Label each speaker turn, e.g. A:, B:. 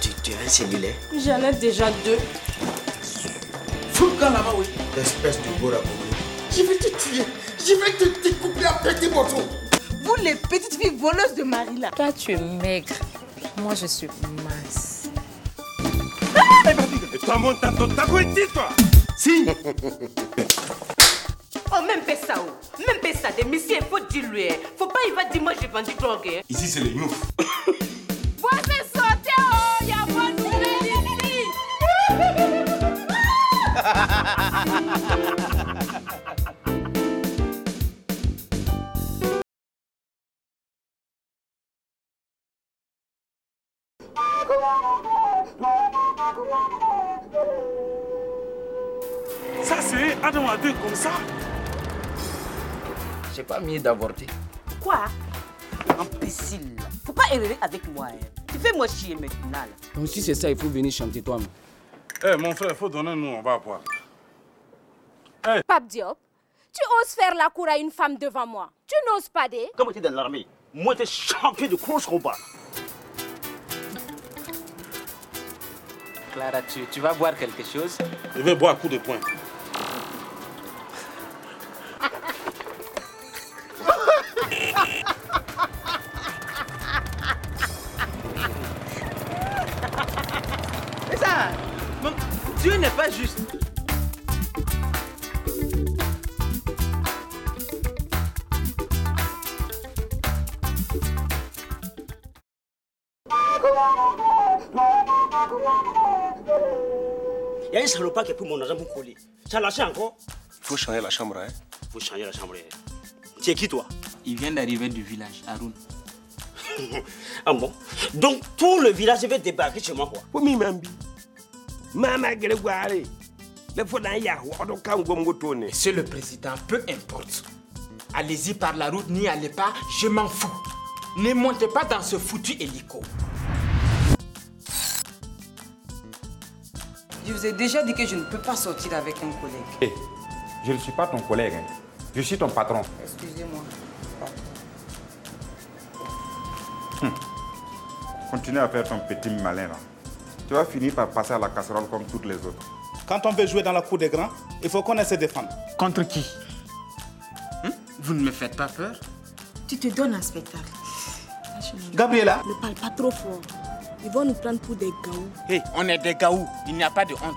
A: Tu, tu as un cellulaire
B: J'en ai déjà deux.
A: Fous le camp là-bas, oui. Espèce de beau rabougri. Je vais te tuer. Je vais te découper à petit morceau.
C: Vous, les petites filles voleuses de Marie là.
B: Toi, tu es maigre. Moi, je suis mince.
D: Toi, mon tato, t'as ici, toi
A: Si
E: Oh, même pas ça, oh. Même pas ça, des messieurs, faut dire lui. hein. Faut pas, il va dire, moi, j'ai vendu drogue. hein.
D: Ici, c'est les gnoufs. Ça, c'est Adam à deux comme ça.
A: C'est pas mieux d'avorter.
E: Quoi Imbécile. Faut pas errer avec moi. hein. Tu fais moi chier maintenant. là.
F: Donc si c'est ça, il faut venir chanter toi-même.
D: Eh, mon frère, faut donner, nous, on va boire.
G: Pape Diop, tu oses faire la cour à une femme devant moi. Tu n'oses pas des.
H: Comme tu es dans l'armée, moi tu es champion de cross combat.
I: Clara, tu, tu vas boire quelque chose
D: Je vais boire coup de poing.
I: Mais ça mon- Dieu n'est pas juste.
H: Il y a un salopard qui a pris mon argent pour coller. Ça lâché encore
D: Faut changer la chambre, hein.
H: Faut changer la chambre. hein. Tu es qui toi
I: Il vient d'arriver du village, Haroun.
H: Ah bon Donc tout le village va débarquer chez moi quoi.
J: komi mambi mama gele gware le fodan ya wodo kan gomgo tone
I: Monsieur le Président, peu importe. Allez-y par la route, n'y allez pas, je m'en fous. Ne montez pas dans ce foutu hélico.
C: Je vous ai déjà dit que je ne peux pas sortir avec un collègue.
D: Eh, Je ne suis pas ton collègue. hein. Je suis ton patron.
C: Excusez-moi.
D: Continue à faire ton petit malin, là. Tu vas finir par passer à la casserole comme toutes les autres.
J: quand on veut jouer dans la cour des grands il faut qu'on essaie de défendre
I: Contre qui Vous ne me faites pas peur
B: Tu te donnes un spectacle.
J: Gabriela
G: Ne parle pas trop fort. Ils vont nous prendre pour des gaous.
I: Hé, on est des gaous, il n'y a pas de honte.